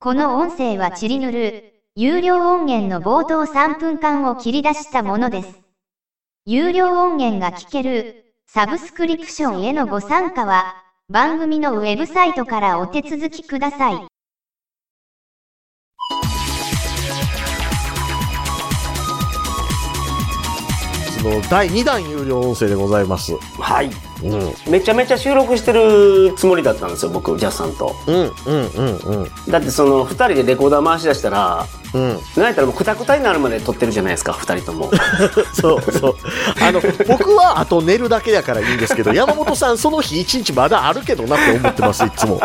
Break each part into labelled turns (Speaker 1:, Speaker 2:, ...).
Speaker 1: この音声はチリヌルー、有料音源の冒頭3分間を切り出したものです。有料音源が聞ける、サブスクリプションへのご参加は、番組のウェブサイトからお手続きください。
Speaker 2: その第2弾有料音声でございます。
Speaker 3: はい。
Speaker 2: うん、うん、
Speaker 3: めちゃめちゃ収録してるつもりだったんですよ、僕、ジャスさんと。
Speaker 2: うん、うん、うん、
Speaker 3: だってその、二人でレコーダー回し出したら、
Speaker 2: うん。
Speaker 3: なんやったらもうクタクタになるまで撮ってるじゃないですか、二人 とも。
Speaker 2: そうそう。あの、僕はあと寝るだけやからいいんです けど、山本さん、その日一日まだあるけどなって思ってます、いつも。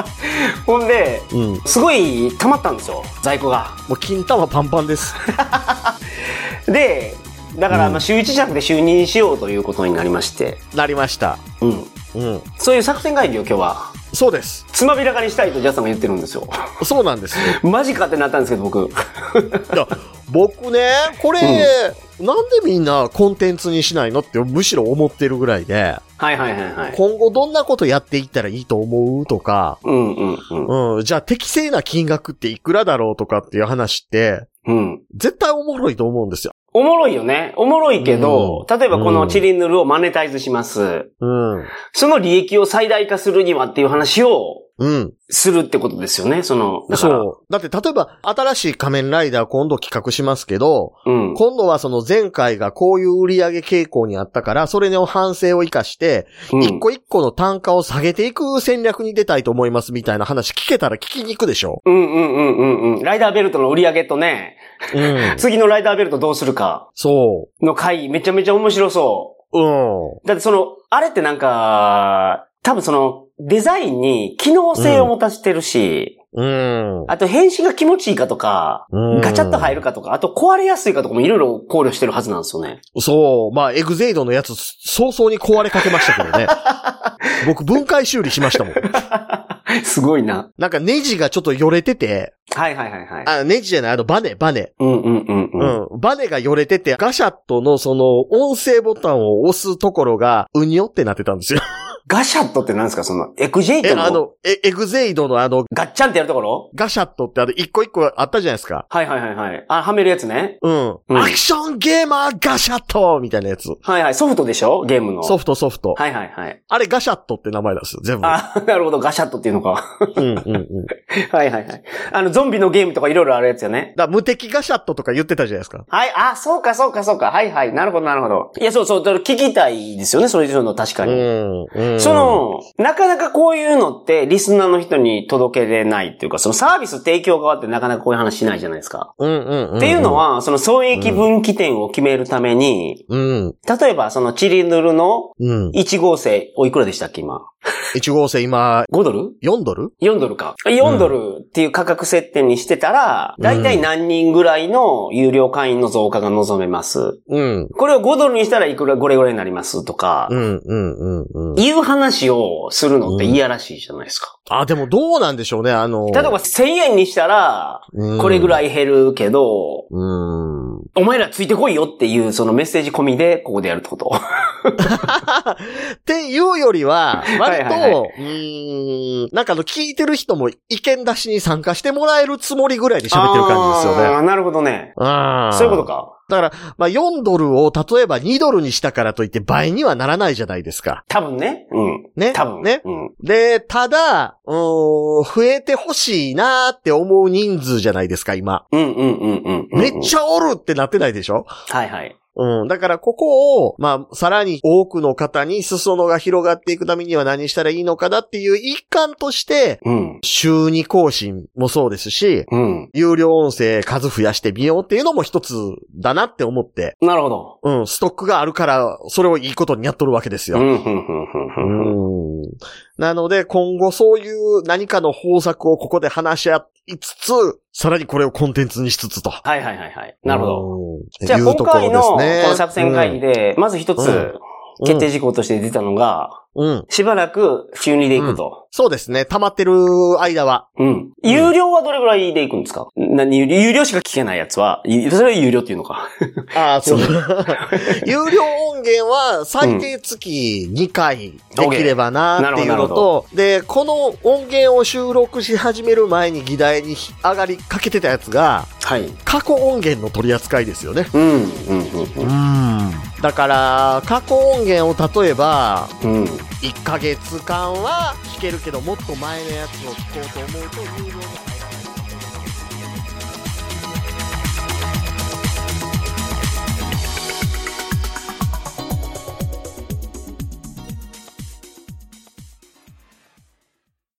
Speaker 3: ほんで、
Speaker 2: うん。も
Speaker 3: すごい溜まったんですよ、在庫が。
Speaker 2: う金玉パンパンです。
Speaker 3: で、だから、
Speaker 2: うん
Speaker 3: まあ、週一弱で就任しようということになりまして、
Speaker 2: なりました。
Speaker 3: うん。
Speaker 2: うん。
Speaker 3: そういう作戦会議を今日は、
Speaker 2: そうです。
Speaker 3: つまびらかにしたいとジャスさんが言ってるんですよ。
Speaker 2: そうなんですよ。
Speaker 3: マジかってなったんですけど、僕。
Speaker 2: いや、僕ね、これ、なんでみんなコンテンツにしないのってむしろ思ってるぐらいで、
Speaker 3: はいはいはいはい。
Speaker 2: 今後どんなことやっていったらいいと思うとか、
Speaker 3: うんうんうん。
Speaker 2: うん、じゃあ適正な金額っていくらだろうとかっていう話って、
Speaker 3: うん。
Speaker 2: 絶対おもろいと思うんですよ。
Speaker 3: おもろいよね。おもろいけど、
Speaker 2: うん
Speaker 3: 例えばこ
Speaker 2: う
Speaker 3: の
Speaker 2: ん
Speaker 3: チリヌルをマネタイズします。
Speaker 2: うん。
Speaker 3: その利益を最大化するにはっていう話を
Speaker 2: うん。
Speaker 3: するってことですよね。その、だから。
Speaker 2: そう。だって例えば、新しい仮面ライダー今度企画しますけど、
Speaker 3: うん。
Speaker 2: 今度はその前回がこういう売り上げ傾向にあったから、それの反省を生かして、
Speaker 3: うん
Speaker 2: 一個一個の単価を下げていく戦略に出たいと思いますみたいな話聞けたら聞きに行くでしょ。
Speaker 3: うんうんうんうんうん。ライダーベルトの売り上げとね、
Speaker 2: うん。
Speaker 3: 次のライダーベルトどうするか
Speaker 2: そ。
Speaker 3: の回、めちゃめちゃ面白そう
Speaker 2: うん。
Speaker 3: う。だってその、あれってなんか、多分その、デザインに機能性を持たせてるし、
Speaker 2: うん。
Speaker 3: あと変身が気持ちいいかとか、
Speaker 2: うん
Speaker 3: ガチャッと入るかとか、あと壊れやすいかとかもいろいろ考慮してるはずなんですよ ね。
Speaker 2: そう。まあ、エグゼイドのやつ、早々に壊れかけましたけ どね。僕、分解修理しましたもん。
Speaker 3: すごいな。
Speaker 2: なんかネジがちょっとよれてて、
Speaker 3: はいはいはいはい。
Speaker 2: あ、ネジじゃない、あの、バネ、バネ。
Speaker 3: うんうんうん
Speaker 2: う
Speaker 3: うん。
Speaker 2: ん。バネがよれてて、ガシャットのその、音声ボタンを押すところが、うにょってなってたんです よ。
Speaker 3: ガシャットって何ですかその、エクジェイ
Speaker 2: え、
Speaker 3: ト
Speaker 2: あ
Speaker 3: の
Speaker 2: の、え、エグゼイドのあの、
Speaker 3: ガッチャンってやるところ
Speaker 2: ガシャットってあの、一個一個あったじゃないですか。
Speaker 3: はいはいはいはい。あ、はめるやつね。
Speaker 2: うん。
Speaker 3: うん
Speaker 2: アクションゲーマーガシャットみたいなやつ。
Speaker 3: はいはい。ソフトでしょゲームの。
Speaker 2: ソ
Speaker 3: フ
Speaker 2: フトソフト。
Speaker 3: ト。はいはいはい。
Speaker 2: あれガシャットって名前なんですよ、全部。
Speaker 3: あ、なるほど。ガシャットっていうのか。
Speaker 2: うんうんうん。だか
Speaker 3: はいはいはい。あの、ゾンビのゲームとかいろいろあるやつよね。
Speaker 2: ら無敵ガシャットとか言ってたじゃないですか。
Speaker 3: はい。あ、そうかそうかそうか。はいはい。なるほどなるほど。いや、そうそう。だから聞きたいですよね。そういうの確かに。
Speaker 2: ん。うん
Speaker 3: そ、の、なかなかこういうのって、リスナーの人に届けれないっていうか、そのサービス提供側ってなかなかこういう話しないじゃないですか。
Speaker 2: うんうんうん。
Speaker 3: っていうの、は、その損益分岐点を決めるために、
Speaker 2: うん。
Speaker 3: 例えばそのチリヌルの
Speaker 2: うん。
Speaker 3: 1号生、おいくらでしたっけ今。
Speaker 2: 1号線今、
Speaker 3: 5ドル
Speaker 2: 4ドル
Speaker 3: ?4 ドルか。4ドルっていう価格設定にしてたら、だいたい何人ぐらいの有料会員の増加が望めます。
Speaker 2: うん。
Speaker 3: これを5ドルにしたらいくらこれぐらいになりますとか
Speaker 2: う、んうんうんうん。
Speaker 3: いう話をするのっていやらしいじゃないですか。
Speaker 2: あ、でもどうなんでしょうね、あの。
Speaker 3: 例えば1000円にしたら、これぐ
Speaker 2: い。
Speaker 3: らい減るけど、
Speaker 2: うん。
Speaker 3: お前らついてこいよっていうそのメッセージ込みで、ここでやるってこと。
Speaker 2: っていうよりは、割と、
Speaker 3: はいはいは
Speaker 2: うーん、なんかあの、聞いてる人も意見出しに参加してもらえるつもりぐらいで喋ってる感じですよね。
Speaker 3: ね。なるほどね。
Speaker 2: あ
Speaker 3: そういうこと
Speaker 2: か。
Speaker 3: か。
Speaker 2: だから、まあ、4ドルを例えば2ドルにしたからといって倍にはならないじゃないですか。
Speaker 3: 多分ね。うん。
Speaker 2: ね。
Speaker 3: 多分。
Speaker 2: ね。
Speaker 3: うん。
Speaker 2: で、ただ、うーん、増えてほしいなーって思う人数じゃないですか、今。
Speaker 3: うんうんうんうんうん。
Speaker 2: めっちゃおるってなってないでしょ
Speaker 3: ゃ。はいはい。
Speaker 2: うん。だからここを、まあ、さらに多くの方に裾野が広がっていくためには何したらいいのかなっていう一環として、
Speaker 3: うん。
Speaker 2: 週に更新もそうですし、
Speaker 3: うん。
Speaker 2: 有料音声数増やしてみようっていうのも一つだなって思って、
Speaker 3: なるほど。
Speaker 2: うん、ストックがあるから、それをいいことにやっとるわけです
Speaker 3: う
Speaker 2: よ。
Speaker 3: ん、うん、うん、うん、うん。
Speaker 2: うんなので、今後そういう何かの方策をここで話し合いつつ、さらにこれをコンテンツにしつつと。
Speaker 3: はいはいはいはい。なるほど。
Speaker 2: うん。
Speaker 3: じゃあ
Speaker 2: いう
Speaker 3: 今
Speaker 2: ところ
Speaker 3: 回
Speaker 2: で
Speaker 3: の
Speaker 2: す
Speaker 3: こ
Speaker 2: ね
Speaker 3: の作戦会議で、まず
Speaker 2: う
Speaker 3: 一
Speaker 2: ん
Speaker 3: つ決定事項として出たのが、
Speaker 2: うん。
Speaker 3: しばらく週2で行くと。
Speaker 2: そうですね。溜まってる間 は。
Speaker 3: うん。有料はどれぐらいで行くんですか何有料しか聞けないやつは、ゆそれは有料っていうのか。
Speaker 2: ああ、そう。有料音源は最低月2回できればなっていうのと、で、この音源を収録し始める前に議題に上がりかけてたやつが、
Speaker 3: はい。
Speaker 2: 過去音源の取り扱いですよね。
Speaker 3: うん、うん、うん
Speaker 2: ん。だから、過去音源を例えば、
Speaker 3: うん、うん。
Speaker 2: 1ヶ月間は聞けるけど、もっと前のやつを聞こうと思うと有料に入らない。